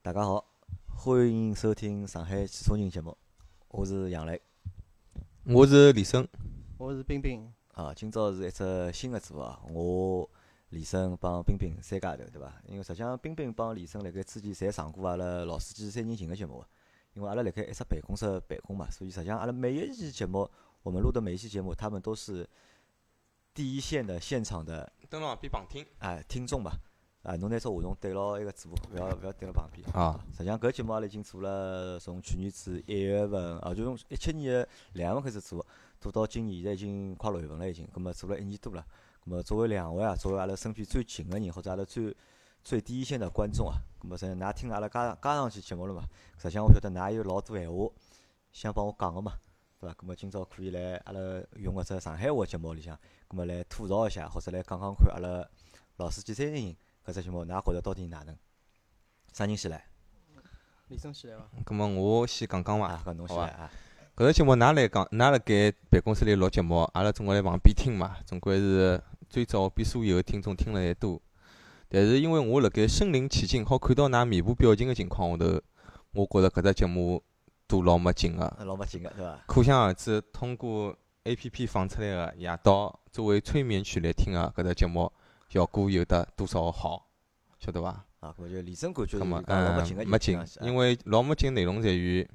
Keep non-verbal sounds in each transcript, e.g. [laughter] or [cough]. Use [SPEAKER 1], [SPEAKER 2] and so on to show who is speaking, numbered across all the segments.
[SPEAKER 1] 大家好，欢迎收听上海汽车人节目，我是杨磊。
[SPEAKER 2] 我是李生，
[SPEAKER 3] 我是冰冰，
[SPEAKER 1] 啊，今朝是一只新的组合，我李生帮冰冰三家头，对伐？因为实际上冰冰帮李生辣盖之前侪上过阿拉老司机三人行个节目的，啊因为阿拉辣盖一只办公室办公嘛，所以实际上阿拉每一期节目，我们录的每一期节目，他们都是第一线的现场的
[SPEAKER 2] 登了边旁听
[SPEAKER 1] 啊、听众嘛。啊，侬拿只话筒对牢一个主播，勿要勿要对牢旁边。
[SPEAKER 2] 啊，
[SPEAKER 1] 实际上搿节目阿拉已经做了，从去年子一月份，啊，就从一七年的两月份开始做，做到今年现在已经快六月份了，已经，葛末做了一年多了。葛末作为两位啊，作为阿拉身边最近个人，或者阿拉最最第一线的观众啊，葛末实际上㑚听阿拉加上加上去节目了嘛，实际上我晓得㑚有老多闲话想帮我讲个嘛，对伐？葛末今朝可以来阿拉用搿只上海话节目里向，葛末来吐槽一下，或者来讲讲看阿拉老司机三人行搿只节目，㑚觉着到底哪能？啥人先来？
[SPEAKER 3] 李生起来伐？
[SPEAKER 2] 咁么我先讲讲伐
[SPEAKER 1] 啊，。搿侬
[SPEAKER 2] 好
[SPEAKER 1] 先来
[SPEAKER 2] 伐
[SPEAKER 1] 啊。
[SPEAKER 2] 搿个节目㑚来讲，㑚辣盖办公室里录节目，阿拉总归来旁边听嘛，总归是最早比所有的听众听了还多。但是因为我辣盖身临其境，好看到㑚面部表情个情况下头，我觉着搿只节目做老没劲个。
[SPEAKER 1] 呃老没劲个，对伐？
[SPEAKER 2] 可想而知，通过 A P P 放出来个夜到作为催眠曲来听啊个搿只节目，效果有得多少好，晓得伐？
[SPEAKER 1] 啊，搿就李生感觉就
[SPEAKER 2] 那么
[SPEAKER 1] 是讲老没劲个
[SPEAKER 2] 嗯，
[SPEAKER 1] 就
[SPEAKER 2] 没
[SPEAKER 1] 听上
[SPEAKER 2] 劲
[SPEAKER 1] 去，啊
[SPEAKER 2] 因为老没劲内容在于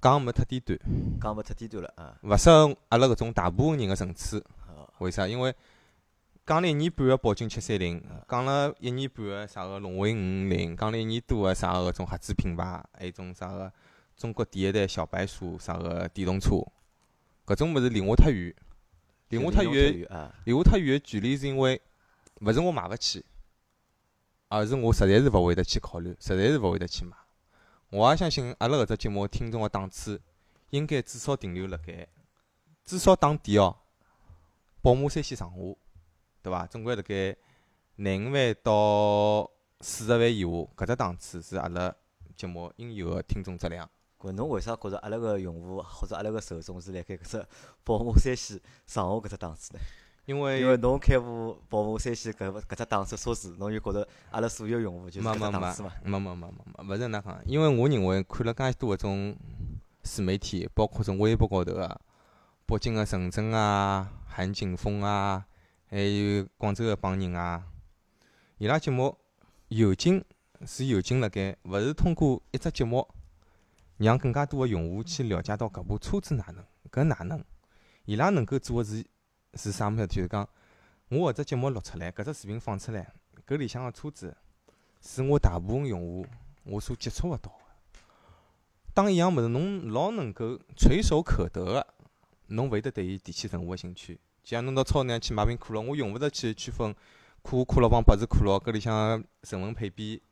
[SPEAKER 2] 讲没太低端，
[SPEAKER 1] 讲勿太低端了啊。
[SPEAKER 2] 勿适合阿拉搿种大部分人个层次。
[SPEAKER 1] 好
[SPEAKER 2] 为啥？因为讲了一年半个宝骏七三零
[SPEAKER 1] 嗯，
[SPEAKER 2] 讲了一年半个啥个龙威五五零，讲了一年多个啥个搿种合资品牌，还有一种啥个中国第一代小白鼠啥个电动车，搿种物事离我太远，离我
[SPEAKER 1] 就
[SPEAKER 2] 太
[SPEAKER 1] 是
[SPEAKER 2] 远，
[SPEAKER 1] 啊，
[SPEAKER 2] 离我太远个距离是因为勿是我买勿起，而是我实在是勿会得去考虑，实在是勿会得去买。我也相信阿拉搿只节目听众个档次，应该至少停留辣盖，至少打底哦，宝马三系上下，对伐？总归辣盖廿五万到四十万以下，搿只档次是阿拉节目应有个听众质量。
[SPEAKER 1] 搿侬为啥觉着阿拉个用户或者阿拉个受众是辣盖搿只 [laughs] 宝马三系上下搿只档次呢？
[SPEAKER 2] 因为
[SPEAKER 1] 因为侬开部宝马三系搿搿只档次车子，侬就觉着阿拉所有用户就是搿
[SPEAKER 2] 没没
[SPEAKER 1] 只
[SPEAKER 2] 没
[SPEAKER 1] 档次嘛。
[SPEAKER 2] 没没没没，勿是那讲，因为我认为看了介许多搿种自媒体，包括种微博高头啊，北京个陈真啊、韩景峰啊，还有广州个帮人啊，伊拉节目有劲是有劲辣盖，勿是通过一只节目让更加多个用户去了解到搿部车子哪能，搿哪能，伊拉能够做个是是啥物事？就是讲，我搿只节目录出来，搿只视频放出来，搿里向个车子。是我大部分用户我所接触勿到个。当一样物事侬老能够垂手可得个，侬勿会得对伊提起任何个兴趣。就像侬到超市里向去买瓶可乐，我用勿着去区分可口可乐帮百事可乐搿里向成分配比，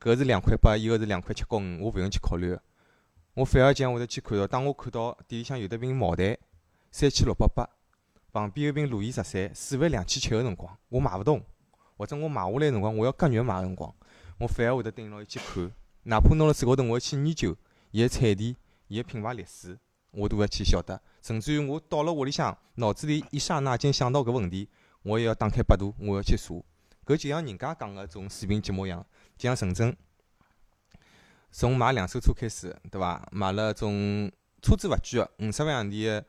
[SPEAKER 2] 搿是两块八，一个是两块七角五，我勿用去考虑个。我反而讲会得去看到，当我看到店里向有得瓶茅台三千六百八，旁边有瓶路易十三四万两千七个辰光，我买勿动，或者我买下来个辰光，我要割肉买个辰光。我反而会得盯牢伊去看，哪怕拿了手高头，我要去研究伊个产地、伊个品牌历史，我都要去晓得。甚至于我到了屋里向，脑子里一刹那间想到搿问题，我也要打开百度，我要去查。搿就像人家讲个种视频节目一样，就像陈真，从买两手车开始，对伐？买了种车子勿贵个五十万洋钿个，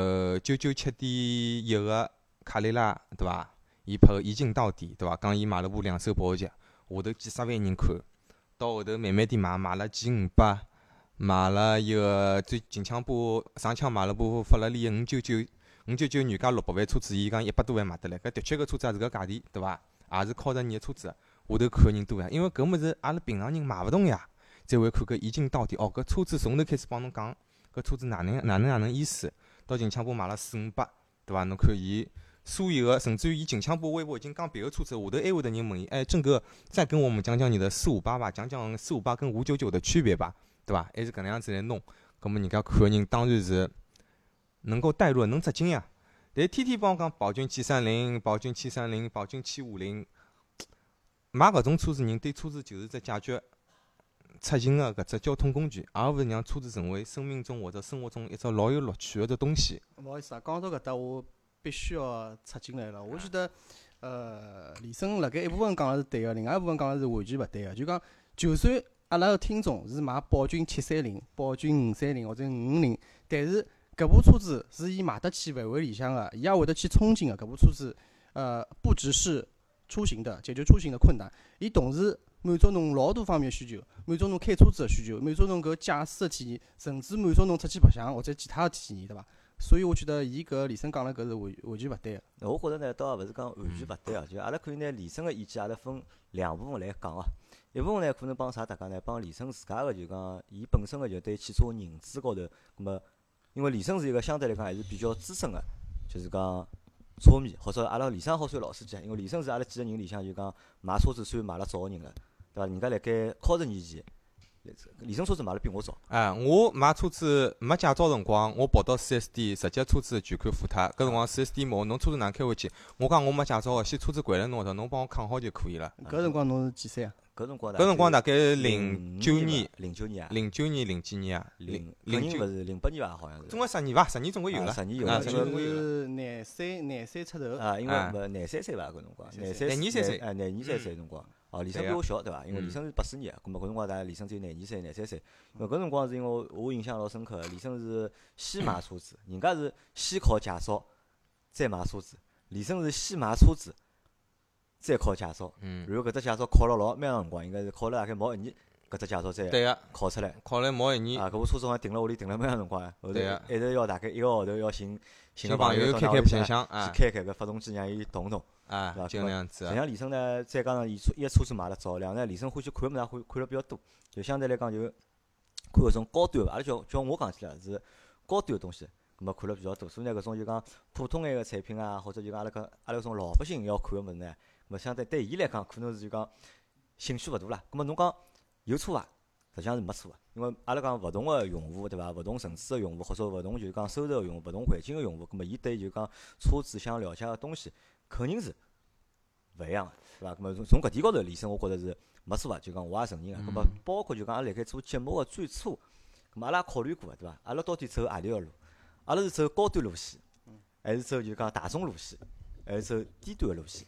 [SPEAKER 2] 呃，九九七点一个卡雷拉，对伐？伊拍个一镜到底，对伐？讲伊买了部两手保时捷。下头几十万人看，到后头慢慢点买，买了 G 五百，买了一个最近腔部上腔买了部法拉利五九九五九九，原价六百万车子，伊讲一百多万买得来，搿的确搿车子也是搿价钿，对伐？也是靠着你个车子，下头看个人多呀，因为搿物事阿拉平常人买勿动呀，才会看搿一镜到底。哦，搿车子从头开始帮侬讲，搿车子哪能哪能哪能意思，到近腔部买了四五百，对伐？侬看伊。所有个，甚至于伊近腔部微博已经讲别个车子，下头还会得人问伊，哎，郑哥，再跟我们讲讲你的四五八吧，讲讲四五八跟五九九的区别吧，对吧？还是搿能样子来弄，葛么人家看个人当然是能够带入，能扎进呀。啊但天天帮我讲宝骏七三零、宝骏七三零、宝骏七五零，买搿种车子人对车子就是在解决出行个搿只交通工具，而勿是让车子成为生命中或者生活中一只老有乐趣个只东西。
[SPEAKER 3] 勿好意思啊，讲到搿搭我必须要插进来了。我觉得呃，李生辣盖一部分讲的是对个，另外一部分讲的是完全勿对个。啊就讲，就算阿拉个听众是买宝骏七三零、宝骏五三零或者五五零，但是搿部车子是伊买得起范围里向个，伊也会得去憧憬个。搿部车子，呃，不只是出行的解决出行的困难，伊同时满足侬老多方面需求，满足侬开车子个需求，满足侬搿驾驶个体验，甚至满足侬出去白相或者其他个体验，对伐？所以我觉得伊搿李生讲了搿是完完全勿对个。
[SPEAKER 1] 那我觉着呢，倒也勿是讲完
[SPEAKER 2] 嗯
[SPEAKER 1] 全勿对啊，就阿拉可以拿李生个意见，阿拉分两部分来讲啊。一部分呢，可能帮啥大家呢？帮李生自家个就讲，伊本身个就对汽车认知高头，咁么，因为李生是一个相对来讲还是比较资深个，就是讲车迷，或者阿拉李生好算老司机啊，因为李生是阿拉几个人里向就讲买车子算买了早个人了，对伐？人家辣盖靠十年前，李生车子买了比我早。
[SPEAKER 2] 哎，我买车子没驾照辰光，我跑到 4S 店直接车子全款付脱。搿辰光 4S 店问我侬车子哪能开回去？我讲我没驾照个，先车子掼辣侬搿头，侬帮我扛好就可以了。
[SPEAKER 3] 搿辰光侬是几岁啊？
[SPEAKER 1] 搿辰光
[SPEAKER 2] 搿
[SPEAKER 1] 呢，
[SPEAKER 2] 辰光大概
[SPEAKER 1] 零
[SPEAKER 2] 零九年、，
[SPEAKER 1] 零九年啊，
[SPEAKER 2] 零九年、零几年啊，
[SPEAKER 1] 零
[SPEAKER 2] 零
[SPEAKER 1] 肯定
[SPEAKER 2] 九
[SPEAKER 1] 勿，是零八年伐？好像是。
[SPEAKER 2] 总归十年伐？十年总归有
[SPEAKER 1] 啊
[SPEAKER 2] 了。
[SPEAKER 1] 十年有
[SPEAKER 2] 啊
[SPEAKER 1] 了，
[SPEAKER 2] 十
[SPEAKER 1] 因
[SPEAKER 2] 年
[SPEAKER 1] 为
[SPEAKER 2] 总归有了。
[SPEAKER 3] 是廿三廿三出头，
[SPEAKER 1] 啊，因为
[SPEAKER 2] 啊
[SPEAKER 1] 勿廿三岁伐？搿辰光，
[SPEAKER 3] 廿
[SPEAKER 1] 廿
[SPEAKER 3] 三
[SPEAKER 1] 三
[SPEAKER 3] 岁
[SPEAKER 2] 廿二三岁嗯
[SPEAKER 1] 哎，廿二三岁辰光。哦，李生
[SPEAKER 2] 对
[SPEAKER 1] 比
[SPEAKER 2] 呀
[SPEAKER 1] 我小对伐？因为李
[SPEAKER 2] 嗯
[SPEAKER 1] 生是八四年，葛末搿辰光大概李生只有廿二岁、廿三岁。因为搿辰光是因为我我印象老深刻，李生是先买车子， [coughs] 人家是先考驾照再买车子，李生是先买车子再考驾照，
[SPEAKER 2] 嗯，
[SPEAKER 1] 然后搿只驾照考了老蛮长辰光，应该是考了大概毛一年，搿只驾照再
[SPEAKER 2] 对个，啊
[SPEAKER 1] 考出来。
[SPEAKER 2] 考了毛一年，
[SPEAKER 1] 啊，搿部车子好像停了屋里停了蛮长辰光啊，后头
[SPEAKER 2] 对呀
[SPEAKER 1] 一直要大概一个号头要寻寻
[SPEAKER 2] 小
[SPEAKER 1] 个
[SPEAKER 2] 朋友
[SPEAKER 1] 到
[SPEAKER 2] 开
[SPEAKER 1] 㑚
[SPEAKER 2] 开
[SPEAKER 1] 屋里
[SPEAKER 2] 白
[SPEAKER 1] 向
[SPEAKER 2] 相相
[SPEAKER 1] 去
[SPEAKER 2] 啊
[SPEAKER 1] 开开搿发动机，让伊动动。
[SPEAKER 2] 啊
[SPEAKER 1] 是吧，
[SPEAKER 2] 就
[SPEAKER 1] 搿
[SPEAKER 2] 那样子
[SPEAKER 1] 实际
[SPEAKER 2] 啊。
[SPEAKER 1] 上李生呢，再加上伊车，一车子买了早，两呢李生欢喜看个物事，看看了比较多，就相对来讲就看搿种高端个，阿拉叫叫我讲起来是高端个东西，咁么看了比较多。所以呢，搿种就讲普通眼个产品啊，或者就讲阿拉搿阿拉搿种老百姓要看个物事呢，咁么相对对伊来讲，可能是就讲兴趣勿大啦。咁么侬讲有错伐？实际上是没错个，因为阿拉讲勿同个用户对伐？勿同层次个用户，或者勿同就是讲收入个用户，勿同环境个用户，咁么伊对就讲车子想了解个东西，肯定是勿一样个，对伐？咁么从从搿点高头，李生我觉着是没错伐？就讲我也承认个。咁么
[SPEAKER 2] 嗯
[SPEAKER 1] 包括就讲阿拉辣盖做节目个最初，咁么阿拉也考虑过个，对伐？阿拉到底走何里条路？阿拉是走高端路线，还是走就讲大众路线，还是走低端个路线？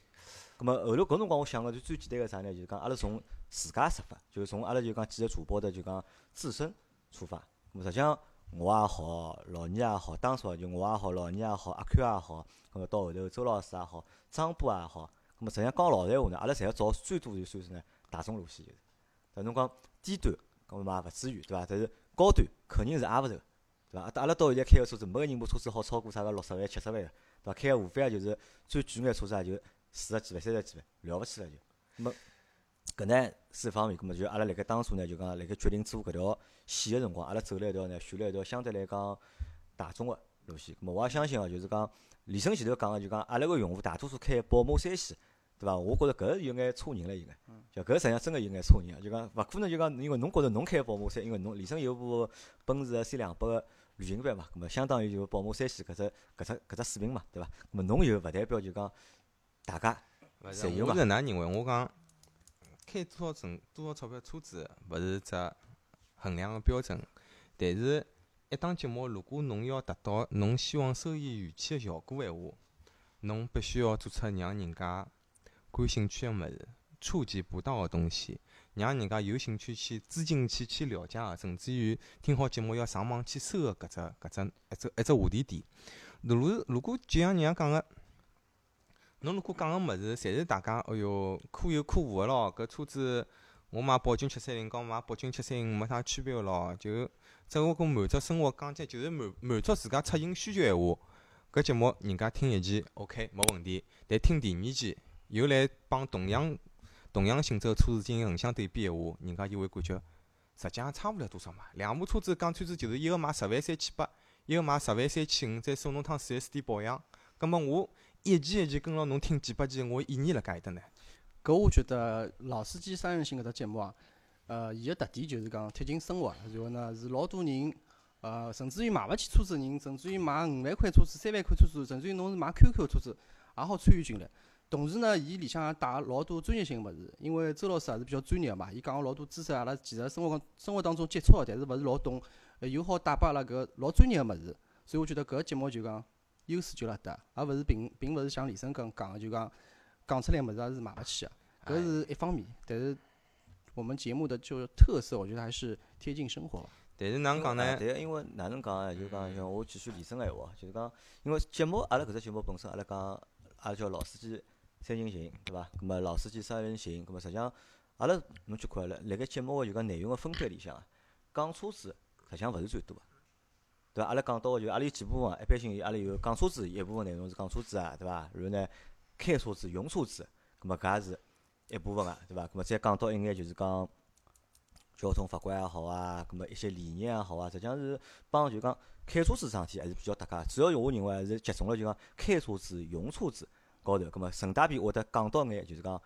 [SPEAKER 1] 咁么后头搿辰光，我想个就最简单个啥呢？就是讲阿拉从自家出发，就是从阿拉就讲几个主播的就讲自身出发。咁么实际上我也好，老倪也好，当初啊就我也好，老倪也好，阿 Q 也好，咁么到后头周老师也好，张波也好，咁么实际上讲老实闲话呢，阿拉侪要找最多就算是呢大众路线就是。但侬讲低端，咁么嘛也勿至于对伐？但是高端肯定是挨勿头，对伐？阿拉到现在开个车子，没个人部车子好超过啥个六十万、七十万个，对伐？开个无非也就是最贵眼车子也就四十几万、三十几万，了勿起了就。那么搿呢是一方面，葛末就阿拉辣盖当初呢，就讲辣盖决定做搿条线个辰光，阿拉走了一条呢，选了一条相对来讲大众个路线。葛末我也相信哦，就是讲李生前头讲个，就讲阿拉个用户大多数开宝马三系，对伐？我觉着搿有眼错人了，应该。就搿实际上真个有眼错人啊！就讲勿可能就讲，因为侬觉着侬开宝马三，因为侬李生有部奔驰个 C 两百个旅行版嘛，葛末相当于就是宝马三系搿只搿只搿只水平嘛，对伐？葛末侬有勿代表就讲大家
[SPEAKER 2] 勿是，
[SPEAKER 1] 侪有
[SPEAKER 2] 我
[SPEAKER 1] 嘛
[SPEAKER 2] 是搿能认为，我讲开多少成多少钞票车子，勿是只衡量个标准。但是，一档节目如果侬要达到侬希望收益预期个效果闲话，侬必须要做出让人家感兴趣个物事，触及不到个东西，让人家有兴趣去资金去去了解个，甚至于听好节目要上网去搜个搿只搿只一只一只话题点。如果如果就像人家讲个，侬如果讲个物事，侪是大家，哎哟，可有可无个咯。搿车子我买宝骏七三零，跟买宝骏七三五没啥区别个咯，就只不过满足生活讲解，就是满满足自家出行需求闲话。搿节目人家听一期 OK 没问题，但听第二期又来帮同样同样性质个车子进行横向对比闲话，人家就会感觉实际上差勿了多少嘛。两部车子讲穿子就是一个卖十万三千八，一个卖十万三千五，再送侬趟 4S 店保养。葛末我一期一期跟牢侬听几百期，我意义辣盖搭呢。
[SPEAKER 3] 搿我觉得老司机三人行搿只节目啊，呃，伊个特点就是讲贴近生活，然后呢是老多人，呃，甚至于买勿起车子的人，甚至于买五万块车子、三万块车子，甚至于侬是买 QQ 车子，也好参与进来。同时呢，伊里向也带老多专业性个物事，因为周老师也是比较专业个嘛，伊讲个老多知识，阿拉其实生活当生活当中接触个，但是勿是老懂，呃又好带拨阿拉搿老专业个物事。所以我觉得搿个节目就讲优势就辣搭，而勿是并并勿是像李生刚讲个就讲。讲出来物事也是买勿起个，
[SPEAKER 2] 哎
[SPEAKER 3] 搿是一方面。但是我们节目的就是特色，我觉得还是贴近生活吧。
[SPEAKER 2] 但是哪能讲呢？
[SPEAKER 1] 但啊因为哪能讲呢？就讲像我继续李生个闲话，就是讲，因为节目阿拉搿只节目本身，阿拉讲阿拉叫老司机三人行，对伐？葛末老司机三人行，葛末实际上阿拉侬去看了，辣盖节目个就讲内容个分配里向啊，讲车子实际上勿是最多个。对伐？阿拉讲到个就是阿拉有几部分，啊一般性阿拉有讲车子，一部分内容是讲车子啊，对伐？然后呢，开车子、用车子，葛末搿也是一部分啊，对伐？葛末再讲到一眼就是讲交通法规也好啊，葛末一些理念也好啊，实际上是帮就讲开车子桩事体还是比较搭界。主要我认为啊还是集中了就讲开车子、用车子高头，葛末顺带便会得讲到眼就是讲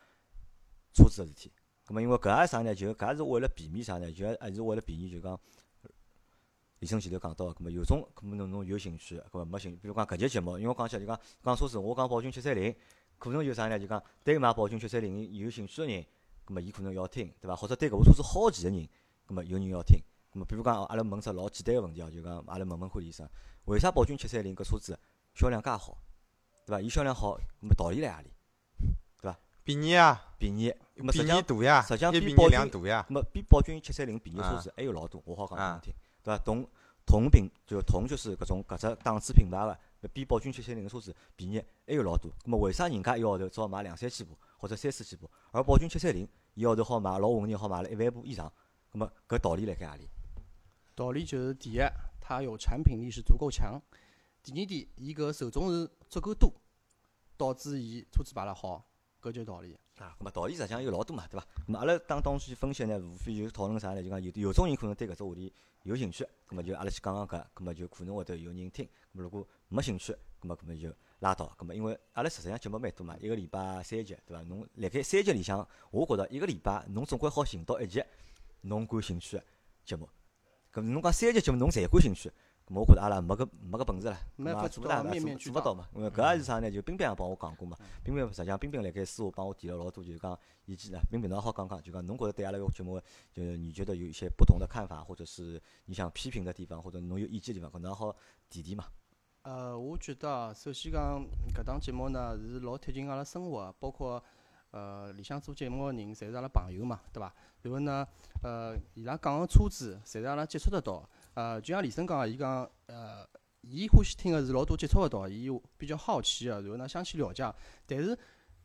[SPEAKER 1] 车子个事体。葛末因为搿也啥呢？就搿也是为了避免啥呢？就还是为了避免就讲。李生前头讲到个，葛末有种，葛末侬侬有兴趣，葛末没兴趣，比如讲搿节节目，因为我讲起来就讲讲车子，我讲宝骏七三零，可能有啥呢？就讲对买宝骏七三零有兴趣个人，葛末伊可能要听，对伐？或者对搿部车子好奇个人，葛末有人要听。葛末比如讲，哦阿拉问只老简单个问题哦，就讲阿拉问问看李生，为啥宝骏七三零搿车子销量介好，对伐？伊销量好，葛末道理辣何里？
[SPEAKER 2] 便宜啊，
[SPEAKER 1] 便宜，葛末实际
[SPEAKER 2] 便宜
[SPEAKER 1] 上
[SPEAKER 2] 大呀
[SPEAKER 1] 实际，上
[SPEAKER 2] 一
[SPEAKER 1] 比
[SPEAKER 2] 便
[SPEAKER 1] 宝
[SPEAKER 2] 宜
[SPEAKER 1] 骏
[SPEAKER 2] 两大呀。
[SPEAKER 1] 那么比宝骏七三零便宜的车子还有老多，我好讲拨侬听，对伐？同同品就同就是搿种搿只档次品牌个，比宝骏七三零个车子便宜还有老多。那么为啥人家一个号头只好买两三千部或者三四千部，而宝骏七三零一个号头好买老混人好买了一万部以上？那么搿道理辣盖何里？
[SPEAKER 3] 道理就是第一，它有产品力是足够强；第二点，伊搿受众是足够多，导致伊车子卖了好，搿就是道理。
[SPEAKER 1] 啊，咁么道理实际上有老多嘛，对伐？咁么阿拉当当时去分析呢，无非就是讨论啥呢？就讲有有种人可能对搿只话题有兴趣，咁么就阿拉去讲讲搿，咁么就可能会得有人听。咁么如果没兴趣，咁么咁么就拉倒。咁么因为阿拉实际上节目蛮多嘛，一个礼拜三集，对伐？侬辣盖三集里向，我觉着一个礼拜侬总归好寻到一集侬感兴趣个节目。咁侬讲三集节目侬侪感兴趣，咁么我觉着阿拉没搿没搿本事了，
[SPEAKER 3] 没
[SPEAKER 1] 咁
[SPEAKER 3] 法
[SPEAKER 1] 也做
[SPEAKER 3] 做
[SPEAKER 1] 勿
[SPEAKER 3] 到
[SPEAKER 1] 大，
[SPEAKER 3] 面
[SPEAKER 1] 做
[SPEAKER 3] 面
[SPEAKER 1] 勿
[SPEAKER 3] 俱
[SPEAKER 1] 做勿
[SPEAKER 3] 到嗯
[SPEAKER 1] 到嘛。因为搿也是啥呢？就冰冰也帮我讲过嘛。冰冰实际上，冰冰辣盖私下帮我提了老多，就是讲意见呢。冰冰侬也好讲讲，就讲侬觉得对阿拉个节目，就是你觉得有一些不同的看法，或者是你想批评的地方，或者侬有意见的地方，搿侬也好提提嘛。
[SPEAKER 3] 呃，我觉得啊首先讲搿档节目呢是老贴近阿拉生活，啊包括呃里向做节目个人，侪是阿拉朋友嘛，对伐？然后呢，呃，伊拉讲个车子，侪是阿拉接触得到。呃，就像李生讲个，伊讲呃，伊欢喜听个是老多接触得到，伊有比较好奇个，然后呢想去了解。但是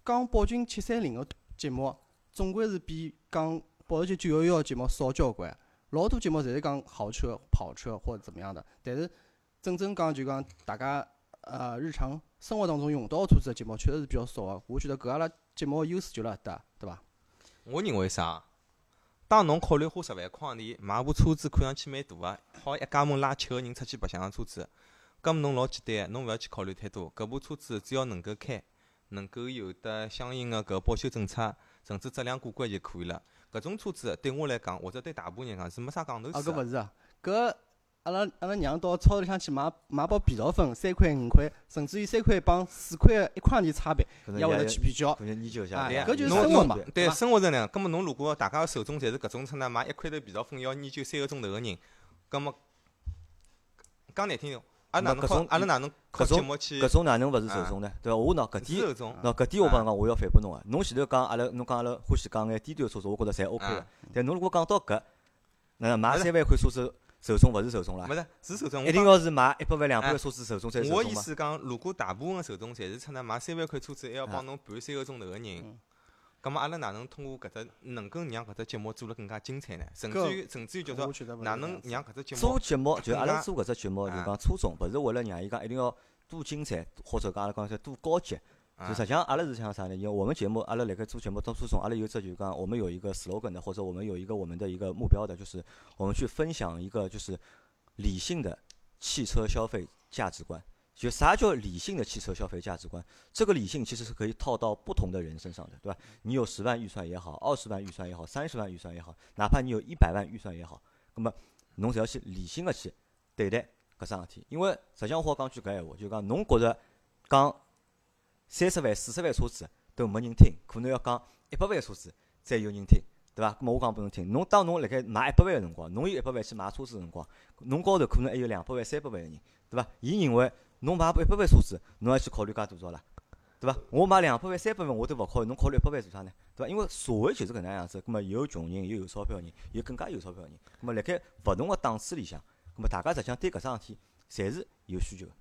[SPEAKER 3] 讲宝骏七三零个节目，总归是比讲宝骏九幺幺个节目少交关。老多节目侪是讲豪车、跑车或者怎么样的，但是真正讲就讲大家呃日常生活当中用到的车子的节目确实是比较少啊的。我觉得搿阿拉节目的优势就辣搿搭，对伐？
[SPEAKER 2] 我认为啥？当侬考虑花十万块钿买部车子，看上去蛮大个，好一家门拉七个人出去白相个车子，搿么侬老简单，侬勿要去考虑太多。搿部车子只要能够开，能够有得相应个搿保修政策，甚至质量过关就可以了。搿种车子对我来讲，或者对大部分人讲是没啥讲头
[SPEAKER 3] 啊，
[SPEAKER 2] 事
[SPEAKER 3] 搿
[SPEAKER 2] 个。
[SPEAKER 3] 勿是啊，搿阿拉阿拉娘到超市里向去买买包肥皂粉，三块五块，甚至于三块帮四块一块钿差别，
[SPEAKER 1] 可能
[SPEAKER 3] 也会得
[SPEAKER 1] 也
[SPEAKER 3] 去比较。
[SPEAKER 1] 可能研究一下。
[SPEAKER 3] 啊，
[SPEAKER 2] 对呀
[SPEAKER 1] 呀，
[SPEAKER 3] 搿就是
[SPEAKER 2] 侬
[SPEAKER 3] 生活
[SPEAKER 2] 侬
[SPEAKER 3] 嘛，
[SPEAKER 2] 对
[SPEAKER 3] 伐？
[SPEAKER 2] 生活质量，葛末侬如果大家个受众侪是搿种出呢，买一块头肥皂粉要研究三个钟头个人，葛末讲难听点，阿拉哪
[SPEAKER 1] 那
[SPEAKER 2] 能
[SPEAKER 1] 搿
[SPEAKER 2] 靠
[SPEAKER 1] 种
[SPEAKER 2] 阿拉哪能靠
[SPEAKER 1] 搿种
[SPEAKER 2] 节目去
[SPEAKER 1] 搿种哪能勿是受众呢？对伐？我喏搿
[SPEAKER 2] 是嗯
[SPEAKER 1] 点，
[SPEAKER 2] 受众？
[SPEAKER 1] 喏搿点我帮侬讲，我要反驳侬啊。侬前头讲阿拉，侬讲阿拉欢喜讲眼低端车子，我觉着侪 OK 个
[SPEAKER 2] 啊。
[SPEAKER 1] 但侬如果讲到搿，那买
[SPEAKER 2] 勿是
[SPEAKER 1] 三万块车子受众勿是受众啦
[SPEAKER 2] 勿？是是受众。我
[SPEAKER 1] 一定
[SPEAKER 2] 讲
[SPEAKER 1] 要是买一百万、两百
[SPEAKER 2] 啊
[SPEAKER 1] 万车子受众才是受
[SPEAKER 2] 我
[SPEAKER 1] 众
[SPEAKER 2] 意
[SPEAKER 1] 嘛？
[SPEAKER 2] 思讲，如果大部分个受众侪是出来买三万块车子，还要
[SPEAKER 1] 啊
[SPEAKER 2] 帮侬盘三个钟头个人
[SPEAKER 3] 嗯，
[SPEAKER 2] 葛末阿拉哪能通过搿只能够让搿只节目做了更加精彩呢？甚
[SPEAKER 3] 搿
[SPEAKER 2] 至于甚至于就
[SPEAKER 3] 我
[SPEAKER 2] 说
[SPEAKER 3] 觉得勿是
[SPEAKER 2] 哪
[SPEAKER 3] 搿
[SPEAKER 2] 能
[SPEAKER 3] 样子
[SPEAKER 2] 让搿只节
[SPEAKER 1] 做
[SPEAKER 2] 目
[SPEAKER 1] 节目就阿拉
[SPEAKER 2] 更加
[SPEAKER 1] 做搿只节目，就
[SPEAKER 2] 啊
[SPEAKER 1] 讲初衷，勿是为了让伊讲一定要多精彩，或者讲阿拉讲叫多高级。
[SPEAKER 2] 啊
[SPEAKER 1] 就实际上阿拉是想啥呢？因为我们节目，阿拉辣盖做节目当初中，阿拉有这就是讲，我们有一个 slogan 的，或者我们有一个我们的一个目标的，就是我们去分享一个就是理性的汽车消费价值观。就啥叫理性的汽车消费价值观？这个理性其实是可以套到不同的人身上的，对吧？你有十万预算也好，二十万预算也好，三十万预算也好，哪怕你有一百万预算也好，那么侬只要去理性的去对待搿桩事体。因为实际上我好讲句搿闲话，就讲侬觉着讲三十万、四十万车子都没人听，可能要讲一百万车子才有人听，对伐？咁么我讲拨侬听，侬当侬辣盖买一百万个辰光，侬有一百万去买车子个辰光，侬高头可能还有两百万、三百万个人，对伐？伊认为侬买一百万车子，侬还去考虑介多少啦？对伐？我买两百万、三百万，我都勿考虑，侬考虑一百万做啥呢？对伐？因为社会就是搿能样子，葛末有穷人，有有钞票人，有更加有钞票人。葛末辣盖勿同个档次里向，葛末大家实际上对搿桩事体侪是有需求。个。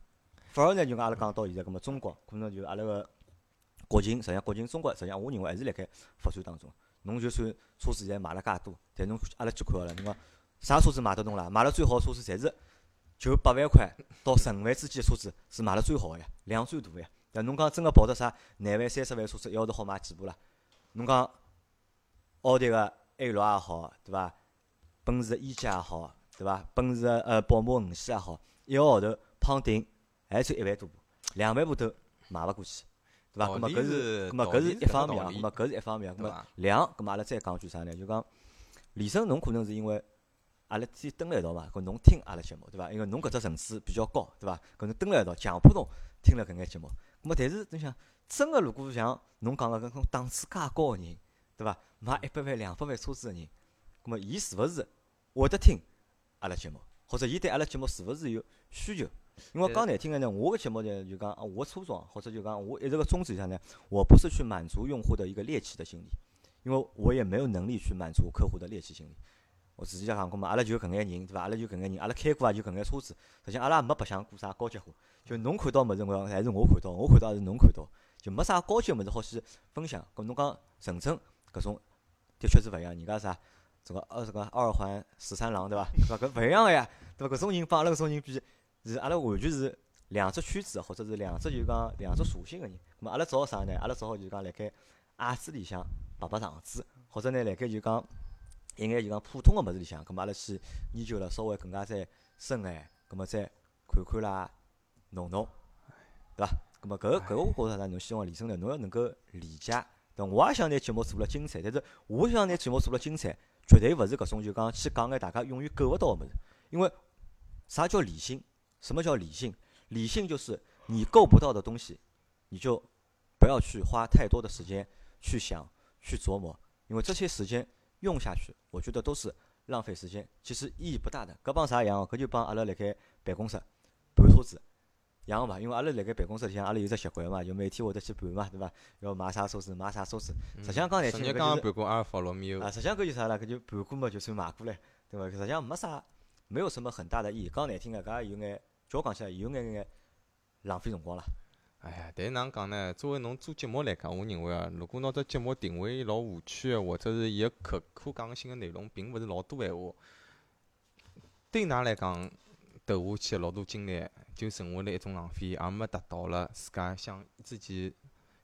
[SPEAKER 1] 反而呢，就讲阿拉讲到现在，葛末中国可能就阿拉个国情，实际上国情，中国实际上我认为还是辣盖发展当中。侬就算车子现在买了介多，但侬阿拉去看好了，侬讲啥车子买得动啦？买了最好个车子侪是就八万块到十五万之间个车子是买了最好个呀，量最大个呀。但侬讲真个跑到啥廿万、三十万车子，一号头好买几部啦？侬讲奥迪个 A 六也好，对伐？奔驰 E 级也好，对伐？奔驰呃宝马五系也好，一个号头胖顶还就一万多部，两万部都买勿过去，对伐？
[SPEAKER 2] 道
[SPEAKER 1] 咁么
[SPEAKER 2] 理
[SPEAKER 1] 搿
[SPEAKER 2] 哦是
[SPEAKER 1] 是咁么
[SPEAKER 2] 道
[SPEAKER 1] 搿
[SPEAKER 2] 理
[SPEAKER 1] 是
[SPEAKER 2] 是
[SPEAKER 1] 一
[SPEAKER 2] 搿
[SPEAKER 1] 方
[SPEAKER 2] 个
[SPEAKER 1] 面
[SPEAKER 2] 道
[SPEAKER 1] 啊，
[SPEAKER 2] 理
[SPEAKER 1] 咁么搿是一方面啊，咁
[SPEAKER 2] 对
[SPEAKER 1] 么
[SPEAKER 2] 伐？
[SPEAKER 1] 两，咁么阿拉再讲句啥呢？就讲李生侬可能是因为。阿拉天蹲辣一道嘛，搿侬听阿拉节目对伐？因为侬搿只层次比较高对伐？搿侬蹲辣一道，强迫侬听了搿眼节目。咁么，但是侬想，真个如果像侬讲个搿种档次介高个人，对伐？买一百万、两百万车子个人，咁么伊是勿是会得听阿拉节目？或者伊对阿拉节目是勿是有需求？因为
[SPEAKER 2] 对
[SPEAKER 1] 讲难听个呢，我个节目呢就讲啊我初衷，或者就讲我一直个宗旨里向呢，我不是去满足用户的一个猎奇的心理，因为我也没有能力去满足客户的猎奇心理。我自己也讲过嘛，阿拉就搿眼人，对伐？阿拉就搿眼人，阿拉开过啊也就搿眼车子，实际上阿拉也没白相过啥高级货，就侬看到物事，我讲还是我看到，我看到还是侬看到，就没啥高级物事好去分享。搿侬讲深圳搿种的确是勿一样，人家啥这个二这个二环十三郎对伐？对伐？搿勿一样个呀，对伐？搿种人帮阿拉搿种人比，是阿拉完全是两只圈子，或者是两只就讲两只属性个人。咾么阿拉只好啥呢？阿拉只好就讲辣盖矮子里向白白场子，或者呢辣盖就讲一眼就讲普通个物事里向，咁么阿拉去研究了稍微更加再深眼，咁么再看看啦，弄弄，对伐？咁么搿个搿个我觉着呢，侬希望李生呢，侬要能够理解。但我也想拿节目做了精彩，但是我想拿节目做了精彩，绝对勿是搿种就讲去讲眼大家永远够勿到个物事。因为啥叫理性？什么叫理性？理性就是你够不到的东西，你就不要去花太多的时间去想、去琢磨，因为这些时间用下去，我觉得都是浪费时间，其实意义不大的。搿帮啥一样哦？搿就帮阿拉辣盖办公室盘车子一样嘛。因为阿拉辣盖办公室里向，阿拉有只习惯嘛，就每天会得去盘嘛，对伐？要买啥车子，买啥车子。实际上讲难
[SPEAKER 2] 昨
[SPEAKER 1] 听，
[SPEAKER 2] 日
[SPEAKER 1] 搿
[SPEAKER 2] 刚
[SPEAKER 1] 就
[SPEAKER 2] 刚
[SPEAKER 1] 是
[SPEAKER 2] 盘过阿尔法罗密欧
[SPEAKER 1] 啊，，实际上搿就啥啦？搿就盘过嘛，就算买过来，对伐？实际上没啥，没有什么很大的意义。讲难听个，搿也有眼，叫我讲起来有眼眼浪费辰光啦。
[SPEAKER 2] 哎呀，但是哪能讲呢？作为侬做节目来讲，我认为啊，如果拿只节目定位老无趣的，或者是伊个可可讲性个内容并勿是老多闲话，对㑚来讲，投下去老多精力，就成为了一种浪费，也没达到了自家想自己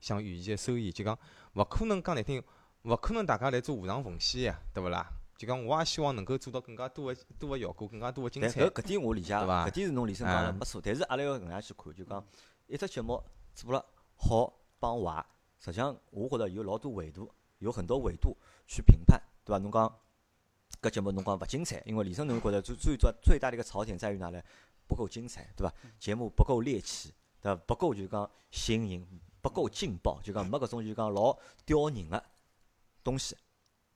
[SPEAKER 2] 想预期个收益。就讲勿可能讲难听，勿可能大家来做无偿奉献呀，对勿啦？就讲我也希望能够做到更加多个多个效果，更加多个精
[SPEAKER 1] 但
[SPEAKER 2] 彩
[SPEAKER 1] 搿。搿点我理解
[SPEAKER 2] 对伐
[SPEAKER 1] 搿点是侬理生讲了
[SPEAKER 2] 嗯
[SPEAKER 1] 没错。但是阿拉要搿能样去看，就讲一只节目做了好帮坏，实际上我觉着有老多维度，有很多维度去评判，对伐？侬讲搿节目侬讲勿精彩，因为李生侬觉着最最最最大的一个槽点在于哪呢？不够精彩，对伐？
[SPEAKER 2] 嗯
[SPEAKER 1] 节目不够猎奇，对伐？不够就讲吸引人，不够劲爆，就讲没搿种就讲老吊人个东西。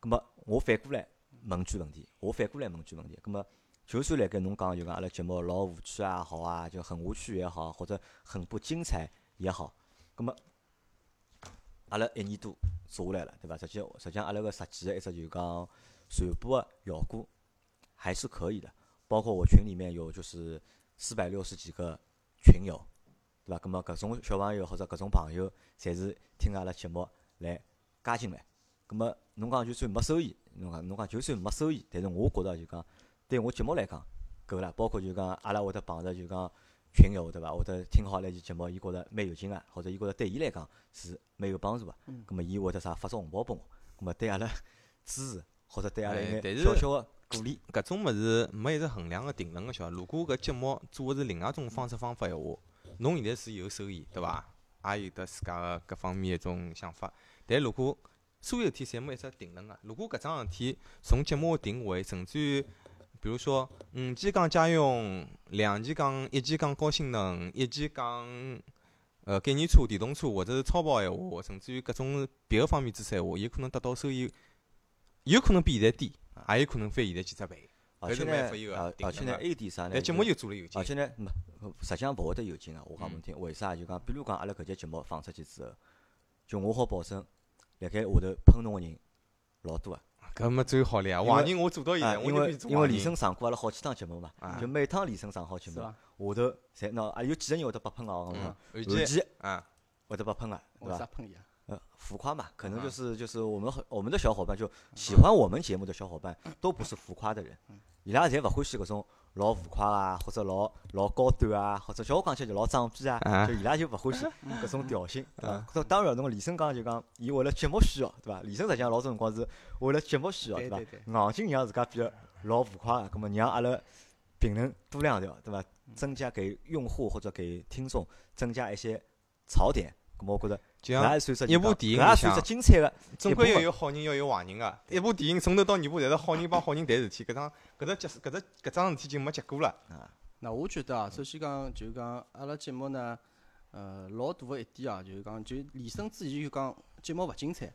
[SPEAKER 1] 咁么我反过来问句问题，我反过来问句问题，咁么。就算辣盖侬讲就讲阿拉节目老无趣也好啊，就很无趣也好，或者很不精彩也好，葛么阿拉一年多做下来了，对伐？实际实际上阿拉个实际个一只就讲传播个效果还是可以的，包括我群里面有就是四百六十几个群友，对伐？葛么搿种小朋友或者搿种朋友，侪是听阿拉节目来加进来。葛么侬讲就算没收益，侬讲侬讲就算没收益，但是我觉着就讲。对我节目来讲够了，包括就讲阿拉会得碰着就讲群友对伐？会得听好了一期节目，伊觉着蛮有劲个，或者伊觉着对伊来讲是蛮有帮助个。
[SPEAKER 3] 嗯
[SPEAKER 1] 咁么伊会得啥发送红包拨我，咁么对阿拉支持或者对阿拉
[SPEAKER 2] 哎
[SPEAKER 1] 一
[SPEAKER 2] 但
[SPEAKER 1] 眼
[SPEAKER 2] 是
[SPEAKER 1] 小小个鼓励，
[SPEAKER 2] 搿种物事没一个衡量个定论个晓得伐。如果搿节目做的是另外一种方式方法闲话，侬现在是有收益对伐？也有得自家个各方面一种想法。但如果所有事体侪没一只定论个，如果搿桩事体从节目个定位，甚至于比如说嗯五 G 讲家用，两 G 讲一 G 讲高性能，一 G 讲呃概念车、电动车或者是超跑闲话，甚至于各种别个方面知识闲话，有可能得到收益，有可能比现在低，也有可能翻现在几只倍。
[SPEAKER 1] 而且
[SPEAKER 2] 搿是没法有
[SPEAKER 1] 呢，
[SPEAKER 2] 个
[SPEAKER 1] 啊
[SPEAKER 2] 定
[SPEAKER 1] 而
[SPEAKER 2] 的
[SPEAKER 1] 且呢，
[SPEAKER 2] 嘛
[SPEAKER 1] 还有点啥呢？
[SPEAKER 2] 但节目又做了有嗯
[SPEAKER 1] 而
[SPEAKER 2] 劲，
[SPEAKER 1] 且呢，没实际上勿会得有劲啊！我讲拨侬听，为啥？就讲，比如讲，阿拉搿节节目放出去之后，就我好保证，辣盖下头喷侬个人老多啊！
[SPEAKER 2] 搿么最好了呀！
[SPEAKER 1] 因为
[SPEAKER 2] 坏人我做到现
[SPEAKER 1] 啊
[SPEAKER 2] 在，，我
[SPEAKER 1] 因
[SPEAKER 2] 就
[SPEAKER 1] 为
[SPEAKER 2] 变做
[SPEAKER 1] 因为
[SPEAKER 2] 坏
[SPEAKER 1] 李
[SPEAKER 2] 人
[SPEAKER 1] 生上过阿拉好几趟节目嘛，
[SPEAKER 2] 啊
[SPEAKER 1] 就每趟李生上好节
[SPEAKER 3] 是
[SPEAKER 1] 目，下
[SPEAKER 3] 伐？
[SPEAKER 1] 头侪喏，啊有几个人会得被喷啊！我讲
[SPEAKER 2] 嗯
[SPEAKER 1] 侬，
[SPEAKER 2] 韩
[SPEAKER 1] 韩
[SPEAKER 2] 剧
[SPEAKER 1] 琦
[SPEAKER 2] 啊，
[SPEAKER 1] 会得被喷啊，对
[SPEAKER 3] 我
[SPEAKER 1] 伐
[SPEAKER 3] 啥？喷伊啊？
[SPEAKER 1] 呃，浮夸嘛，可能
[SPEAKER 2] 啊
[SPEAKER 1] 就是就是我们很我们的小伙伴，就喜欢我们节目的小伙伴，
[SPEAKER 3] 嗯
[SPEAKER 1] 都不是浮夸的人，伊拉侪勿欢喜搿种老浮夸啊，或者老老高端啊，或者小我讲起来就老装逼
[SPEAKER 2] 啊
[SPEAKER 1] 啊，就伊拉就勿欢喜搿种调性，对伐？搿当然，侬李生讲就讲，伊为了节目需要，对伐？李生实际上老早辰光是为了节目需要，
[SPEAKER 3] 对
[SPEAKER 1] 伐
[SPEAKER 3] 对？
[SPEAKER 1] 硬劲让自家变得老浮夸，啊葛么让阿拉评论多两条，对伐？
[SPEAKER 3] 嗯
[SPEAKER 1] 增加给用户或者给听众增加一些槽点，葛么我觉着。
[SPEAKER 2] 就
[SPEAKER 1] 搿
[SPEAKER 2] 像
[SPEAKER 1] 也算是
[SPEAKER 2] 一部电影
[SPEAKER 1] 搿也算
[SPEAKER 2] 里向
[SPEAKER 1] 是精彩个
[SPEAKER 2] 总
[SPEAKER 1] 一部
[SPEAKER 2] 归要
[SPEAKER 1] 分
[SPEAKER 2] 有好人，要有坏人个。一部电影从头到尾部侪是好人帮好人谈事体，搿桩搿只结搿只搿桩事体就没结果了。
[SPEAKER 3] 那我觉得啊，首先讲就是讲阿拉节目呢，呃，老大个一点啊，就是讲就李生之前就讲节目勿精彩，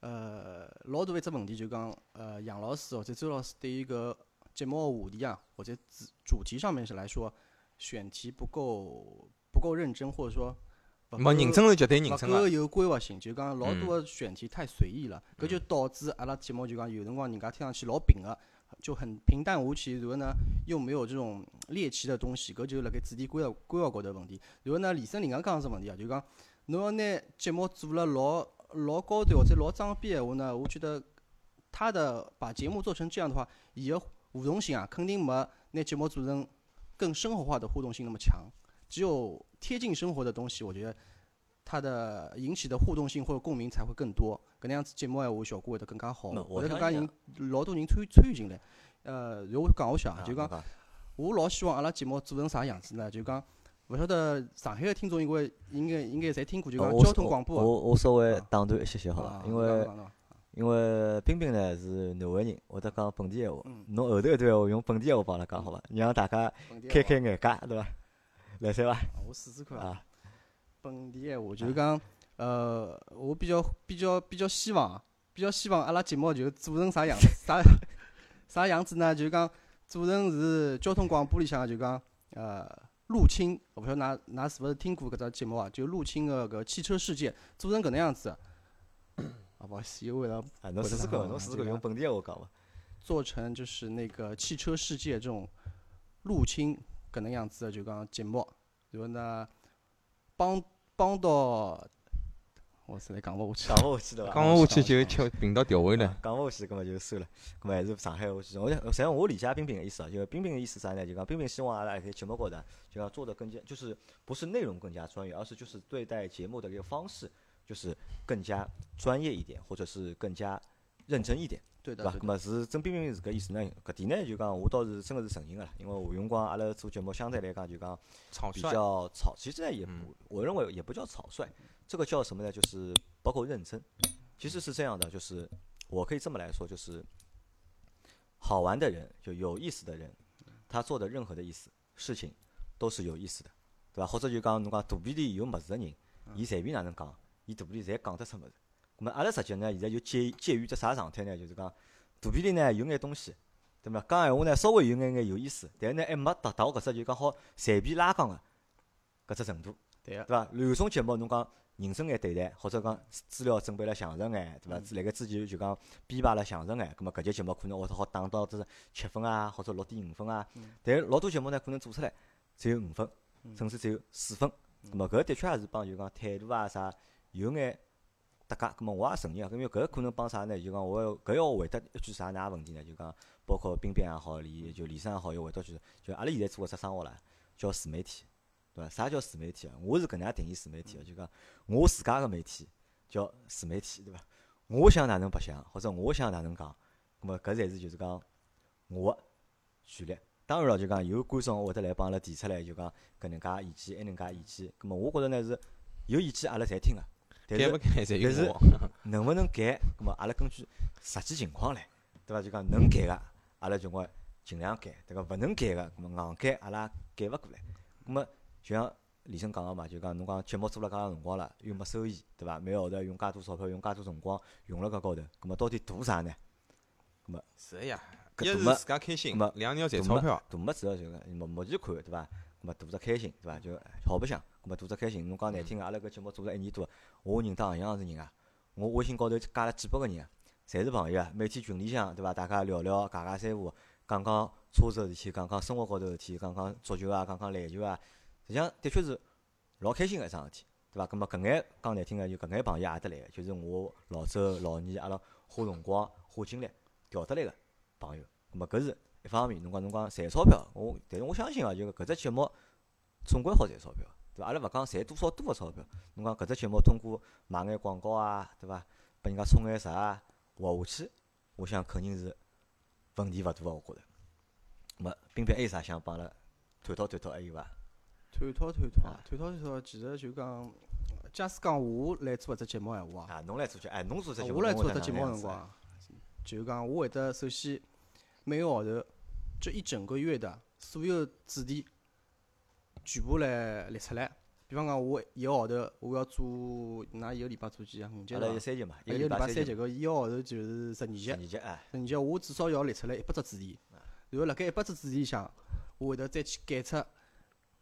[SPEAKER 3] 呃，老大一只问题就是讲呃杨老师或者周老师对于搿节目个话题啊或者主主题上面是来说，选题不够不够认真，或者说不
[SPEAKER 2] 没
[SPEAKER 3] 够
[SPEAKER 2] 认真是绝对啊认
[SPEAKER 3] 勿
[SPEAKER 2] 真
[SPEAKER 3] 够
[SPEAKER 2] 个，
[SPEAKER 3] 有规划性，就讲老
[SPEAKER 2] 嗯
[SPEAKER 3] 多个选题太随意了，搿就导致阿拉节目就讲有辰光人家听上去老平个，就很平淡无奇，然后呢又没有这种猎奇的东西，搿就是辣盖主题规划规划高头问题。然后呢，李生另外讲是问题啊，就讲侬要拿节目做了老老高端或者老装逼的话呢，我觉得他的把节目做成这样的话，伊个互动性啊肯定没拿节目做成更生活化的互动性那么强。只有贴近生活的东西，我觉得它的引起的互动性或者共鸣才会更多。搿能样子节目闲话效果会得更加好，
[SPEAKER 1] 那
[SPEAKER 3] 会
[SPEAKER 1] 我
[SPEAKER 3] 得
[SPEAKER 1] 想
[SPEAKER 3] 更加
[SPEAKER 1] 一
[SPEAKER 3] 人
[SPEAKER 1] 想
[SPEAKER 3] 老多人参与参与进来。呃，然后我讲我想啊，就讲
[SPEAKER 1] 啊
[SPEAKER 3] 我老希望阿拉节目做成啥样子呢？就讲勿晓得上海的听众应该应该应该侪听过，就讲
[SPEAKER 1] 哦我
[SPEAKER 3] 交通广播啊。
[SPEAKER 1] 我我稍微
[SPEAKER 3] 啊
[SPEAKER 1] 打断一些些好
[SPEAKER 3] 啊
[SPEAKER 1] 伐？因
[SPEAKER 3] 侬讲侬
[SPEAKER 1] 为
[SPEAKER 3] 讲侬讲
[SPEAKER 1] 因为冰冰呢是南汇人，会得讲本地闲话
[SPEAKER 3] 嗯。
[SPEAKER 1] 侬后头一段闲话用本地闲话帮阿拉讲好伐？让大家
[SPEAKER 3] 本地
[SPEAKER 1] 开
[SPEAKER 3] 闲话
[SPEAKER 1] 开眼界，对伐？来三伐？
[SPEAKER 3] 啊我试试看啊。
[SPEAKER 1] 啊，
[SPEAKER 3] 本地哎闲话，就是讲，呃，我比较比较比较希望啊，比较希望阿拉节目就做成啥样子，啥啥样子呢？就是讲做成是交通广播里向的，就讲呃入侵，我勿晓得㑚㑚是勿是听过搿只节目啊？就入侵个搿汽车世界，做成搿能样子。啊，勿好意思，又为了
[SPEAKER 1] 啊侬试试
[SPEAKER 3] 我
[SPEAKER 1] 看，
[SPEAKER 3] 是
[SPEAKER 1] 侬试试
[SPEAKER 3] 这
[SPEAKER 1] 看
[SPEAKER 3] 个
[SPEAKER 1] 用本地闲话讲伐？
[SPEAKER 3] 做成就是那个汽车世界这种入侵搿能样子的，就讲节目，然后呢帮帮到我实在讲勿下去
[SPEAKER 1] 讲
[SPEAKER 3] 了。
[SPEAKER 1] 勿下去对伐？
[SPEAKER 2] 讲
[SPEAKER 3] 我
[SPEAKER 2] 下
[SPEAKER 3] 知
[SPEAKER 2] 去
[SPEAKER 3] 道
[SPEAKER 2] 就就频道调回
[SPEAKER 1] 对
[SPEAKER 2] 了
[SPEAKER 1] 吧。啊讲勿下去，葛么就算了。葛么还是上海话去。我想，实际上我理解冰冰个意思啊，就是冰冰个意思啥呢？就讲冰冰希望阿拉辣盖节目高头啊，就要做的更加，就是不是内容更加专业，而是就是对待节目的一个方式，就是更加专业一点，或者是更加认真一点。
[SPEAKER 3] 对
[SPEAKER 1] 对
[SPEAKER 3] 的，
[SPEAKER 1] 伐？
[SPEAKER 3] 对
[SPEAKER 1] 咁
[SPEAKER 3] 的
[SPEAKER 1] 么是真冰冰是搿意思呢？搿点呢就讲我倒是真个是承认个啦，因为我用光阿拉做节目相对来讲就讲
[SPEAKER 2] 草
[SPEAKER 1] 比
[SPEAKER 2] 率，
[SPEAKER 1] 较草，其实呢也不
[SPEAKER 2] 嗯，
[SPEAKER 1] 我认为也不叫草率，这个叫什么呢？就是包括认真。其实是这样的，就是我可以这么来说，就是好玩的人，就有意思的人，他做的任何的意思事情都是有意思的，对伐？或者就讲侬讲肚皮里有物事个人，伊随便哪能讲，伊肚皮里侪讲得出物事。咁么阿拉实际呢，现在就介介于只啥状态呢？就是讲肚皮里呢有眼东西，对伐？讲闲话呢稍微有眼眼有意思，但是呢还没达到搿只就讲好随便拉杠个搿只程度，
[SPEAKER 3] 对
[SPEAKER 1] 对
[SPEAKER 3] 个
[SPEAKER 1] 伐？有种节目侬讲认真眼对待，或者讲资料准备了详实眼，对伐？辣盖之前就讲编排了详实眼，葛么搿节节目可能会得好打到只七分啊，或者六点五分啊。但是老多节目呢，可能做出来只有五分，甚至只有四分。葛么搿的确也是帮就讲态度啊啥有眼搭界。葛么我也承认啊，因为搿可能帮啥呢？就讲我要搿要回答一句啥哪问题呢？就讲包括冰冰也好，李就李生也好，要回答句，就阿拉现在做搿只生活啦，叫自媒体。对伐？啥叫自媒体啊？我是搿能样定义自媒体个，就讲我自家个媒体叫自媒体，对伐？我想哪能白相，或者我想哪能讲，葛末搿才是就是讲我个权利。当然了，就讲有观众会得来帮阿拉提出来，就讲搿能介意见，埃能介意见。葛末我觉着呢是有意见阿拉侪听个，但
[SPEAKER 2] 改
[SPEAKER 1] 是
[SPEAKER 2] 勿改侪
[SPEAKER 1] 但是
[SPEAKER 2] 有我。
[SPEAKER 1] 能勿能改，葛么阿拉根据实际情况来，对伐？就讲能改个，阿拉就讲尽量改；对伐？勿能改个，葛么硬改阿拉改勿过来。葛么就像李生讲个嘛，就讲侬讲节目做了介长辰光了，又没收益，对伐？每个号头用介多钞票，用介多辰光用辣搿高头，葛么到底图啥呢？
[SPEAKER 2] 是呀，
[SPEAKER 1] 搿
[SPEAKER 2] 一是
[SPEAKER 1] 大麦
[SPEAKER 2] 自家开心
[SPEAKER 1] 那么，
[SPEAKER 2] 两人要赚
[SPEAKER 1] 大
[SPEAKER 2] 钞
[SPEAKER 1] 麦
[SPEAKER 2] 票。
[SPEAKER 1] 大麦主要就是目目前看对伐？咁么大只开心对伐？就好白相，咁么大只开心。侬讲难听啊个，阿拉搿节目做了一年多，我认得行样子人啊，我微信高头加了几百个人啊，侪是朋友啊。每天群里向对伐？大家聊聊，尬尬三胡，讲讲车子的事体，讲讲生活高头的事体，讲讲足球啊，讲讲篮球啊。实际上的确是老开心个一桩事体，对伐？咁么搿眼讲难听个，就搿眼朋友也得来个，就是我老周、老二阿拉花辰光、花精力调得来个朋友。咁么搿是一方面，侬讲侬讲赚钞票，我但是我相信啊，就搿只节目总归好赚钞票，对伐？阿拉勿讲赚多少多个钞票，侬讲搿只节目通过买眼广告啊，对伐？拨人家充眼啥啊活下去，我想肯定是问题勿大个，我觉着。咁么，冰冰还有啥想帮阿拉探讨探讨还有伐？
[SPEAKER 3] 探讨探讨
[SPEAKER 1] 啊
[SPEAKER 3] 探讨探讨，其实就讲，假使讲我来做搿只节目闲话啊，
[SPEAKER 1] 啊，侬来做节，哎，侬做只节目，
[SPEAKER 3] 哦我来
[SPEAKER 1] 侬
[SPEAKER 3] 做
[SPEAKER 1] 会
[SPEAKER 3] 搿
[SPEAKER 1] 哪
[SPEAKER 3] 节目
[SPEAKER 1] 能样
[SPEAKER 3] 个辰
[SPEAKER 1] 子
[SPEAKER 3] 光，啊，就讲我会得首先每个号头，这一整个月的所有主题全部来列出来。比方讲，我一个号头我要做，㑚一个礼拜做几节？啊五节
[SPEAKER 1] 阿
[SPEAKER 3] 了
[SPEAKER 1] 拉
[SPEAKER 3] 吧
[SPEAKER 1] 有？三集嘛，
[SPEAKER 3] 一个
[SPEAKER 1] 礼
[SPEAKER 3] 礼拜
[SPEAKER 1] 三
[SPEAKER 3] 三
[SPEAKER 1] 集
[SPEAKER 3] 节，搿一个号头就是十二
[SPEAKER 1] 十
[SPEAKER 3] 节
[SPEAKER 1] 二。集哎，
[SPEAKER 3] 人家我至少要列出来一百只主题，然后辣盖一百只主题里向，我会得再去拣出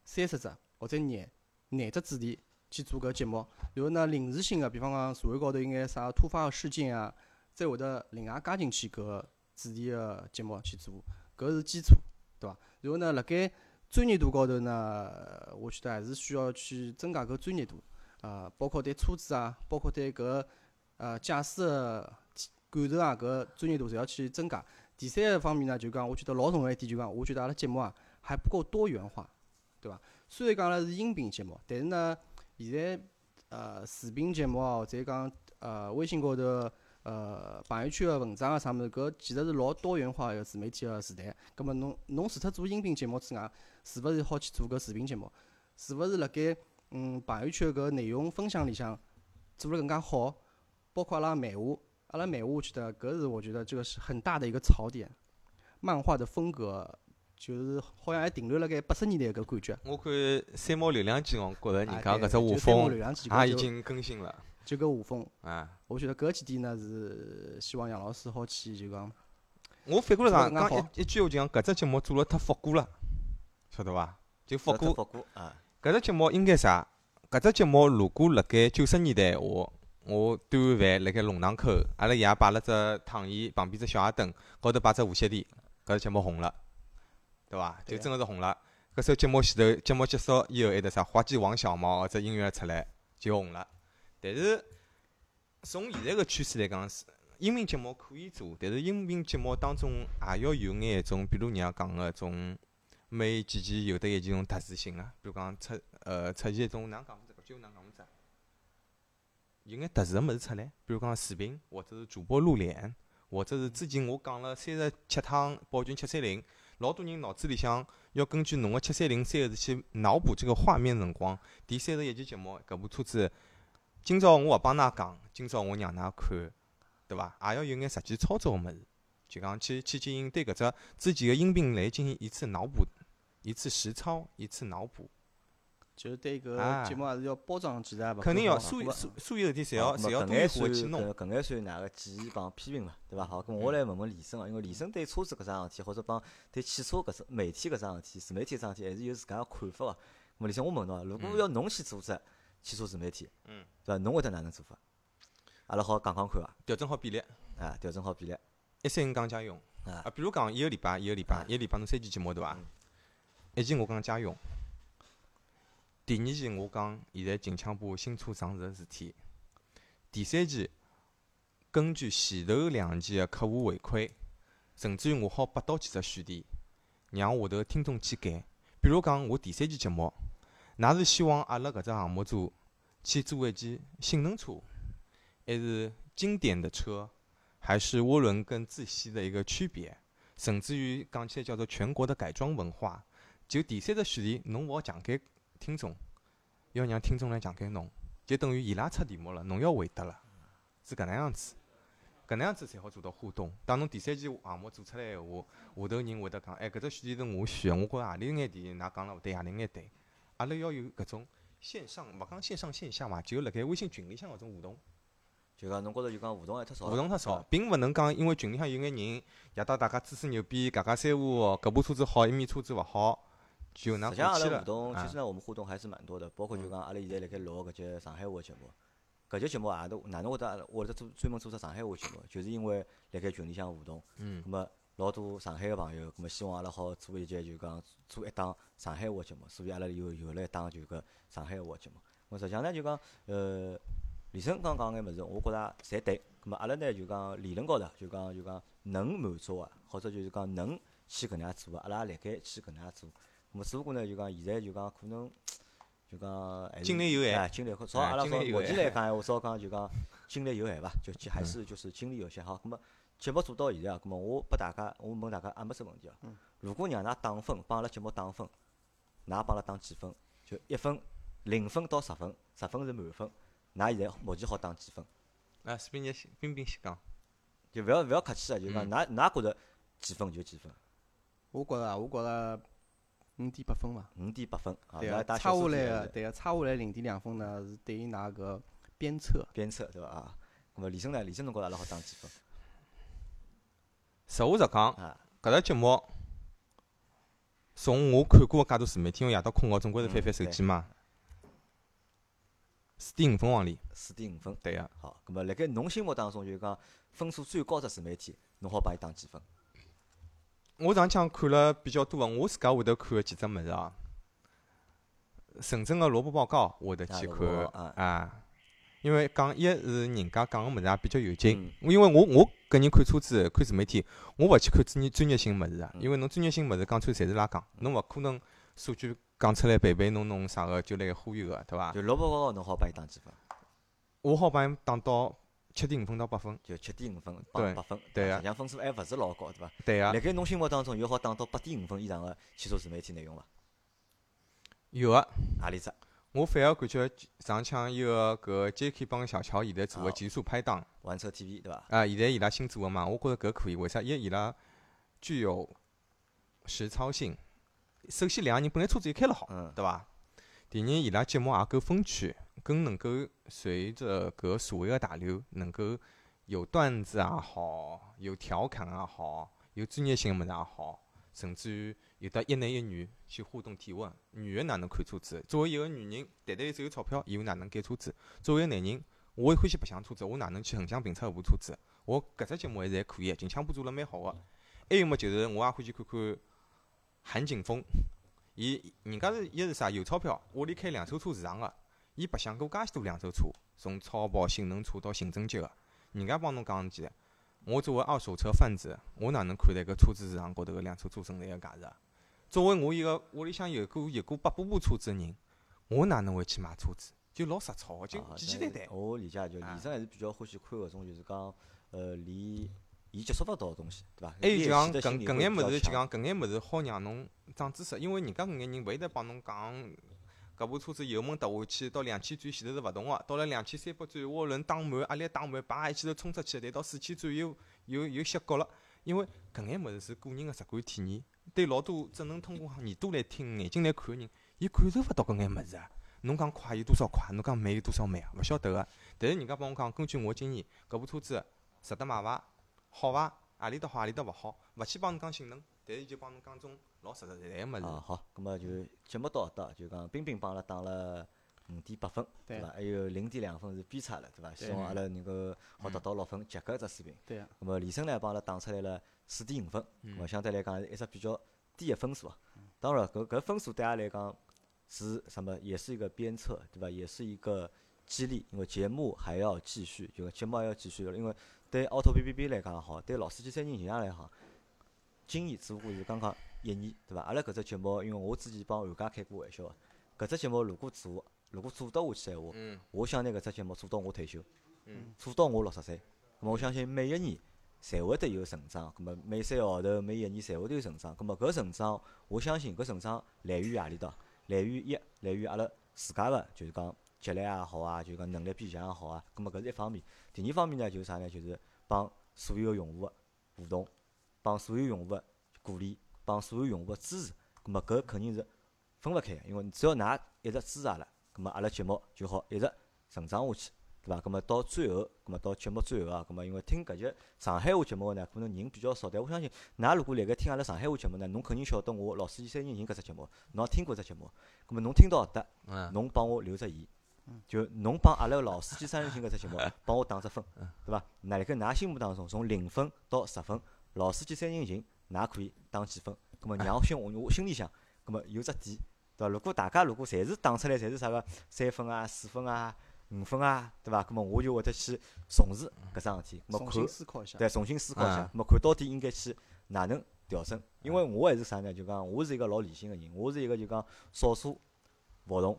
[SPEAKER 3] 三十只或者廿廿只主题去做搿节目。然后呢，临时性个，比方讲社会高头有眼啥突发个事件啊，再会得另外加进去搿个主题个节目去做，搿是基础，对伐？然后呢，辣盖专业度高头呢，呃我觉得还是需要去增加搿专业度，啊，包括对车子啊，包括对搿呃驾驶个感受啊，搿专业度侪要去增加。第三个方面呢，就讲我觉得老重要一点，就讲我觉得阿拉节目啊还不够多元化，对伐？虽然讲阿拉是音频节目，但是呢，现在呃视频节目啊，或者讲呃微信高头呃朋友圈个文章啊啥物事，搿其实是老多元化一个自媒体个时代。葛末侬侬除脱做音频节目之外，是勿是好去做搿视频节目？是勿是辣盖嗯朋友圈搿内容分享里向做了更加好？包括阿拉漫画，阿拉漫画我觉得搿是我觉得这个是很大的一个槽点，漫画的风格就是好像还停留辣盖八十年代搿感觉。
[SPEAKER 2] 我看三毛流量计，我觉着人家
[SPEAKER 3] 啊对
[SPEAKER 2] 哎搿只
[SPEAKER 3] 就
[SPEAKER 2] 画
[SPEAKER 3] 三毛
[SPEAKER 2] 风啊
[SPEAKER 3] 流量计
[SPEAKER 2] 也已
[SPEAKER 3] 就
[SPEAKER 2] 经更新了
[SPEAKER 3] 就搿画风，
[SPEAKER 2] 啊。
[SPEAKER 3] 我觉得搿几点呢是希望杨老师好去就讲
[SPEAKER 2] 我反过来
[SPEAKER 3] 做
[SPEAKER 2] 讲，
[SPEAKER 3] 得更
[SPEAKER 2] 讲
[SPEAKER 3] 好
[SPEAKER 2] 一一句话就讲，搿只节目做了太复古了，晓得伐？就复
[SPEAKER 1] 不
[SPEAKER 2] 古
[SPEAKER 1] 过，不过啊，
[SPEAKER 2] 搿只节目应该啥？搿只节目如果辣盖九十年代闲话，我端碗饭辣盖弄堂口，阿拉爷摆了只躺椅，旁边只小矮凳，高头摆只无线电，搿只节目红了，对伐？就
[SPEAKER 3] 对呀
[SPEAKER 2] 真个是红了。搿首节目前头，节目结束以后，还得啥花季王小毛搿只音乐出来就红了。但是从现在个趋势来讲，是音频节目可以做，但是音频节目当中也要有眼一种，比如人家讲个一种。每几期有得一期种特殊性啊，比如讲出呃出现一种哪能讲法子，搿叫哪能讲法子啊？有眼特殊个物事出来，比如讲视频，或者是主播露脸，或者是之前我讲了三十七趟宝骏七三零，老多人脑子里向要根据侬个七三零三个字去脑补这个画面辰光。第三十一期节目，搿部车子，今朝我勿帮㑚讲，今朝我让㑚看，对伐？也要有眼实际操作个物事，就讲去去进行对搿只自己个音频来进行一次脑补一次实操，一次脑补，
[SPEAKER 3] 就是对
[SPEAKER 2] 啊
[SPEAKER 3] 搿节目还是要包装起来伐？
[SPEAKER 2] 肯定要
[SPEAKER 3] 包装
[SPEAKER 2] 所有
[SPEAKER 3] 好
[SPEAKER 2] 所所有事体侪
[SPEAKER 1] 好
[SPEAKER 2] 要
[SPEAKER 1] 咁么
[SPEAKER 2] 侪要
[SPEAKER 1] 搿
[SPEAKER 2] 多
[SPEAKER 1] 眼
[SPEAKER 2] 一步去
[SPEAKER 1] 算
[SPEAKER 2] 弄。嗯
[SPEAKER 1] 搿搿眼算哪个建议帮批评嘛，对伐？好，咁我来问问李生啊，因为李生对车子搿桩事体，或者帮对汽车搿桩媒体搿桩事体、自媒体搿桩事体，还是有自家个看法个。咁么李生，我问侬啊，如果
[SPEAKER 2] 嗯
[SPEAKER 1] 要侬去做只汽车自媒体，
[SPEAKER 2] 嗯，
[SPEAKER 1] 对伐？侬会得哪能做法？阿拉好讲讲看伐？
[SPEAKER 2] 调整好比例，
[SPEAKER 1] 啊，调整好比例
[SPEAKER 2] 一三五讲家用
[SPEAKER 1] 啊
[SPEAKER 2] 啊，比如讲一个礼拜一个礼拜
[SPEAKER 1] 啊
[SPEAKER 2] 一个礼拜侬三期节目对伐
[SPEAKER 1] 嗯？
[SPEAKER 2] 一期我讲家用，第二期我讲现在近腔部新车上市个事体，第三期根据前头两期个客户回馈，甚至于我好拨到几只选题，让下头的听众去改。比如讲我第三期节目，㑚是希望阿拉搿只项目组去做一期性能车，还是经典的车？还是涡轮跟自吸的一个区别，甚至于讲起来叫做全国的改装文化。就第三个选题，侬勿好强给听众，要让听众来强给侬，就等于伊拉出题目了，侬要回答了，是搿能样子。搿能样子才好做到互动。当侬第三期项目做出来闲话，下头人会得讲，哎，搿只选题是我选的，我觉着何里眼题，㑚讲了勿对，何里眼对。阿拉要有搿种线上，勿讲线上线下嘛，就辣盖微信群里向搿种互动，
[SPEAKER 1] 就讲侬觉着就讲互动还太少了，
[SPEAKER 2] 互动太
[SPEAKER 1] 对
[SPEAKER 2] 少
[SPEAKER 1] 伐，，
[SPEAKER 2] 并勿能讲因为群里向有眼人夜到大家吹吹牛逼，家家三胡哦，搿部车子好，埃面车子勿好，就有那
[SPEAKER 1] 实际上
[SPEAKER 2] 过
[SPEAKER 1] 阿
[SPEAKER 2] 去
[SPEAKER 1] 拉
[SPEAKER 2] 了嗯
[SPEAKER 1] 互。动，其
[SPEAKER 2] 啊
[SPEAKER 1] 实呢，我们互动还是蛮多的，包括就讲阿拉现在辣盖录搿节上海话节目，搿节节目啊，都哪能会得会得做专门做只上海话节目，就是因为辣盖群里向互动，
[SPEAKER 2] 嗯
[SPEAKER 1] 咁么老多上海个朋友，咁么希望阿拉好做一节就讲做一档上海话节目，所以阿拉有有了一档就搿上海话节目。咁实际上呢就讲呃，李生刚讲眼物事，我觉着侪对。咁么阿拉呢就讲理论高头就讲就讲能满足个，或者就是讲能去搿能介做啊个，阿拉也辣盖去搿能介做。咁么只不过呢就讲现在就讲可能。就讲还是
[SPEAKER 2] 精力有限
[SPEAKER 1] 哎精力有限朝
[SPEAKER 2] 哎
[SPEAKER 1] 阿拉
[SPEAKER 2] 精
[SPEAKER 1] 说
[SPEAKER 2] 力有
[SPEAKER 1] 目前
[SPEAKER 2] 限
[SPEAKER 1] 来讲，我少讲就讲精力有限伐，就还是就是精力有限好。咁么节目做到现在啊，咁么我拨大家，我问大家阿没只问题啊。如果让㑚打分，帮阿拉节目打分，㑚帮阿拉打几分？就一分、零分到十分，十分是满分。㑚现在目前好打几分？
[SPEAKER 2] 啊，随便你先冰冰先讲，
[SPEAKER 1] 就勿要勿要客气啊，就讲㑚㑚觉着几分就几分，
[SPEAKER 3] 我觉着啊，我觉着五点八分伐。
[SPEAKER 1] 五点八分啊。
[SPEAKER 3] 对
[SPEAKER 1] 那
[SPEAKER 3] 个，
[SPEAKER 1] 大家
[SPEAKER 3] 差
[SPEAKER 1] 小
[SPEAKER 3] 下
[SPEAKER 1] 数
[SPEAKER 3] 来
[SPEAKER 1] 点
[SPEAKER 3] 个，对个，啊差下来零点两分呢，是对于㑚个鞭策。
[SPEAKER 1] 鞭策对伐啊？咁么李生呢？李生侬觉着阿拉好打几分
[SPEAKER 2] 实话实讲，
[SPEAKER 1] 啊？
[SPEAKER 2] 搿只节目从我看过个介多自媒体，因为夜到困觉总归是翻翻手机嘛，
[SPEAKER 1] 嗯
[SPEAKER 2] 四点五分往里，
[SPEAKER 1] 四点五分。
[SPEAKER 2] 对个、
[SPEAKER 1] 好，咁么辣盖侬心目当中就是讲分数最高只自媒体，侬好帮伊打几分？
[SPEAKER 2] 我上腔看了比较多个，我自家会得看个几只物事啊。深圳个萝卜报告我会得去
[SPEAKER 1] 啊萝卜报
[SPEAKER 2] 看
[SPEAKER 1] 啊
[SPEAKER 2] 啊，因为讲一是人家讲个物事也比较有劲
[SPEAKER 1] 嗯，
[SPEAKER 2] 因为我我个人看车子看自媒体，我勿去看专业专业性物事啊，
[SPEAKER 1] 嗯
[SPEAKER 2] 因为侬专业性物事讲出来侪是拉讲，侬勿可能数据讲出来背背侬弄啥个就来忽悠个，对伐？
[SPEAKER 1] 嗯就萝卜高高侬好帮伊打几分？
[SPEAKER 2] 我好帮伊打到七点五分到八分，
[SPEAKER 1] 就七点五分
[SPEAKER 2] 对
[SPEAKER 1] 帮八分，
[SPEAKER 2] 对
[SPEAKER 1] 啊
[SPEAKER 2] 啊
[SPEAKER 1] 实际上分数还勿是老高，对伐？
[SPEAKER 2] 对啊
[SPEAKER 1] 辣，盖侬心目当中有好打到八点五分以上个汽车自媒体内容伐？
[SPEAKER 2] 有个。
[SPEAKER 1] 何里只？
[SPEAKER 2] 我反而感觉上腔伊个搿 J.K 帮小乔现在做个
[SPEAKER 1] 哦
[SPEAKER 2] 极速拍档。
[SPEAKER 1] 玩车 TV 对伐？
[SPEAKER 2] 啊，现在伊拉新做个嘛，我觉着搿可以。为啥？一伊拉具有实操性。首先，两个人本来车子就开了好，
[SPEAKER 1] 嗯
[SPEAKER 2] 对伐？第二，伊拉节目也够分区，更能够随着搿社会个大流，能够有段子也好，有调侃也好，有专业性个物事也好，甚至于有得一男一女去互动提问。女个哪能看车子？作为一个女人，袋袋里只有钞票，伊又哪能拣车子？作为一个男人，我也欢喜白相车子，我哪能去横向评测一部车子？我搿只节目还是还可以，近腔部做了蛮好个。还有么，就是我也欢喜看看韩景峰，伊人家是一是啥有钞票，屋里开两手车市场个，伊白相过介许多两手车，从超跑、性能车到行政级个，人家帮侬讲几。我作为二手车贩子，我哪能看待搿车子市场高头搿两手车存在个价值？啊？作为我一个屋里向有过有过八百部车子个人，我哪能会去买车子？就老实草个，就
[SPEAKER 1] 啊
[SPEAKER 2] 简简单单
[SPEAKER 1] 那。我理解，就
[SPEAKER 2] 啊
[SPEAKER 1] 李生还是比较欢喜看搿种就是讲呃离伊接触勿到个东西，对伐？
[SPEAKER 2] 还哎有就讲
[SPEAKER 1] 猎奇的心理
[SPEAKER 2] 搿搿
[SPEAKER 1] 会
[SPEAKER 2] 眼
[SPEAKER 1] 比
[SPEAKER 2] 物
[SPEAKER 1] 较
[SPEAKER 2] 事，就
[SPEAKER 1] 强
[SPEAKER 2] 讲搿眼物事好让侬长知识，因为人家搿眼人勿会得帮侬讲，搿部车子油门踏下去到两千转前头是勿同个，到了两千三百转涡轮打满，压力打满，叭一记头冲出去，但到四千转又又又歇角了。因为搿眼物事是个人个直观体验，对老多只能通过耳朵来听、眼睛来看个人，伊感受勿到搿眼物事啊。侬讲快有多少快，侬讲慢有多少慢啊，勿晓得个。但是人家帮我讲，根据我经验，搿部车子值得买伐？好伐？何里搭好，何里搭勿好，勿去帮侬讲性能，但是伊就帮侬讲种老实实在在个物
[SPEAKER 3] 嗯
[SPEAKER 1] 啊
[SPEAKER 2] 事。
[SPEAKER 1] 好，咁么就节目到搿搭，就讲冰冰帮阿拉打了五点八分，对
[SPEAKER 3] 对
[SPEAKER 1] 伐？还有零点两分是偏差了，对伐？希
[SPEAKER 3] 对嗯
[SPEAKER 1] 望阿拉能够好达到六分，及格一只水平。
[SPEAKER 3] 对啊个，
[SPEAKER 1] 咁么李生呢帮阿拉打出来了四点五分，
[SPEAKER 2] 嗯
[SPEAKER 1] 咁么相对来讲是一只比较低个分数啊。当然，搿搿分数对阿拉来讲是什么？也是一个鞭策，对伐？也是一个激励，因为节目还要继续，就节目还要继续，因为对 Auto B B B 来讲也好，对老司机三人行也来好，今年只不过是刚刚一年，对伐？阿拉搿只节目，因为我之前帮韩家开过玩笑啊个，搿只节目如果做，如果做得下去闲话，
[SPEAKER 2] 嗯
[SPEAKER 1] 我想拿搿只节目做到我退休，
[SPEAKER 2] 嗯，
[SPEAKER 1] 做到我六十岁，咁我相信每一年侪会得有成长，咁啊么每三个号头、每一年侪会得有成长，咁啊么搿成长，我相信搿成长来源于何里搭？来源于一，来源于阿拉自家个，就是讲积累也好啊，就是讲能力变强也好啊，咁么搿是一方面。第二方面呢，就是啥呢？就是帮所有用户个互动，帮所有用户个鼓励，帮所有用户个支持，咁么搿肯定是啊分勿开个，因为只要㑚一直支持阿拉，咁么阿拉节目就好一直成长下去。对伐？咁么到最后，咁么到节目最后啊，咁么因为听搿集上海话节目呢，可能人比较少，但我相信，㑚如果辣盖听阿拉上海话节目呢，侬肯定晓得我老司机三人行搿只节目，侬也听过搿只节目，咁么侬听到搿搭，
[SPEAKER 2] 嗯，
[SPEAKER 1] 侬帮我留只言，
[SPEAKER 3] 嗯
[SPEAKER 1] 就侬帮阿拉老司机三人行搿只节目帮我打只分，对伐？那辣盖㑚心目当中，从零分到十分，老司机三人行，㑚可以打几分？咁么让我心我我心里想，咁么有只底，对伐？如果大家如果侪是打出来，侪是啥个三分啊、四分啊、五分啊，对伐？咁么我就会得去重视搿桩事体，咁么
[SPEAKER 3] 重
[SPEAKER 1] 看
[SPEAKER 3] 新思考一下。
[SPEAKER 1] 对，重新思考一下
[SPEAKER 2] 啊，
[SPEAKER 1] 咁么看到底应该去哪能调整？因为我还是啥呢？就讲我是一个老理性个人，我是一个就讲少数服从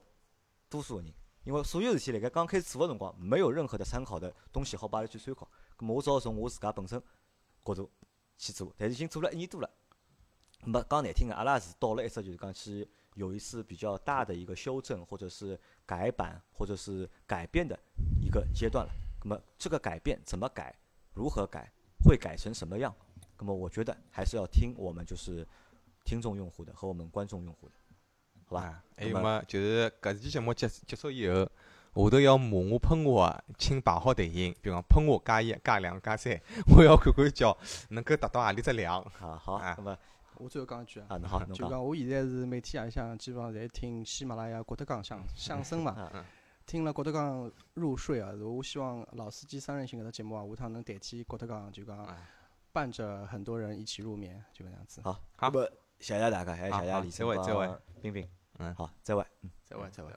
[SPEAKER 1] 多数个人。因为所有事体辣盖刚开始做个辰光，没有任何的参考的东西好帮阿拉去参考。咁么我只好从我自家本身角度去做，但是已经做了一年多了。没讲难听个，阿拉是到了一只就是讲去有一次比较大的一个修正，或者是改版，或者是改变的一个阶段了。那么这个改变怎么改，如何改，会改成什么样？那么我觉得还是要听我们就是听众用户的和我们观众用户的，好吧？
[SPEAKER 2] 啊还有
[SPEAKER 1] 那么
[SPEAKER 2] 么，就是搿期节目结结束以后，下头要骂我喷我啊，请排好队形，比方喷我加一、加两、加三， [laughs] 我要看看叫能够达到何里只量。
[SPEAKER 1] 啊好，
[SPEAKER 2] 啊
[SPEAKER 1] 那么
[SPEAKER 3] 我最后讲一句啊，
[SPEAKER 1] 啊那 [laughs] 好，侬
[SPEAKER 3] 就
[SPEAKER 1] 讲
[SPEAKER 3] 讲我现在是每天夜向基本上侪听喜马拉雅郭德纲
[SPEAKER 1] [laughs]
[SPEAKER 3] 相相声嘛，
[SPEAKER 1] 啊
[SPEAKER 3] 听了郭德纲入睡啊。我希望老司机三人行搿只节目啊，下趟能代替郭德纲，就讲
[SPEAKER 1] 哎
[SPEAKER 2] 啊
[SPEAKER 3] 伴着很多人一起入眠，就搿样子。
[SPEAKER 1] 好，那
[SPEAKER 2] 好
[SPEAKER 1] 么谢谢大家，还有
[SPEAKER 2] 好
[SPEAKER 1] 谢谢
[SPEAKER 2] 好
[SPEAKER 1] 李
[SPEAKER 2] 再会
[SPEAKER 1] 总
[SPEAKER 2] 再会
[SPEAKER 1] 帮冰冰，
[SPEAKER 2] 嗯
[SPEAKER 1] 好，再会。
[SPEAKER 3] 再会，再会。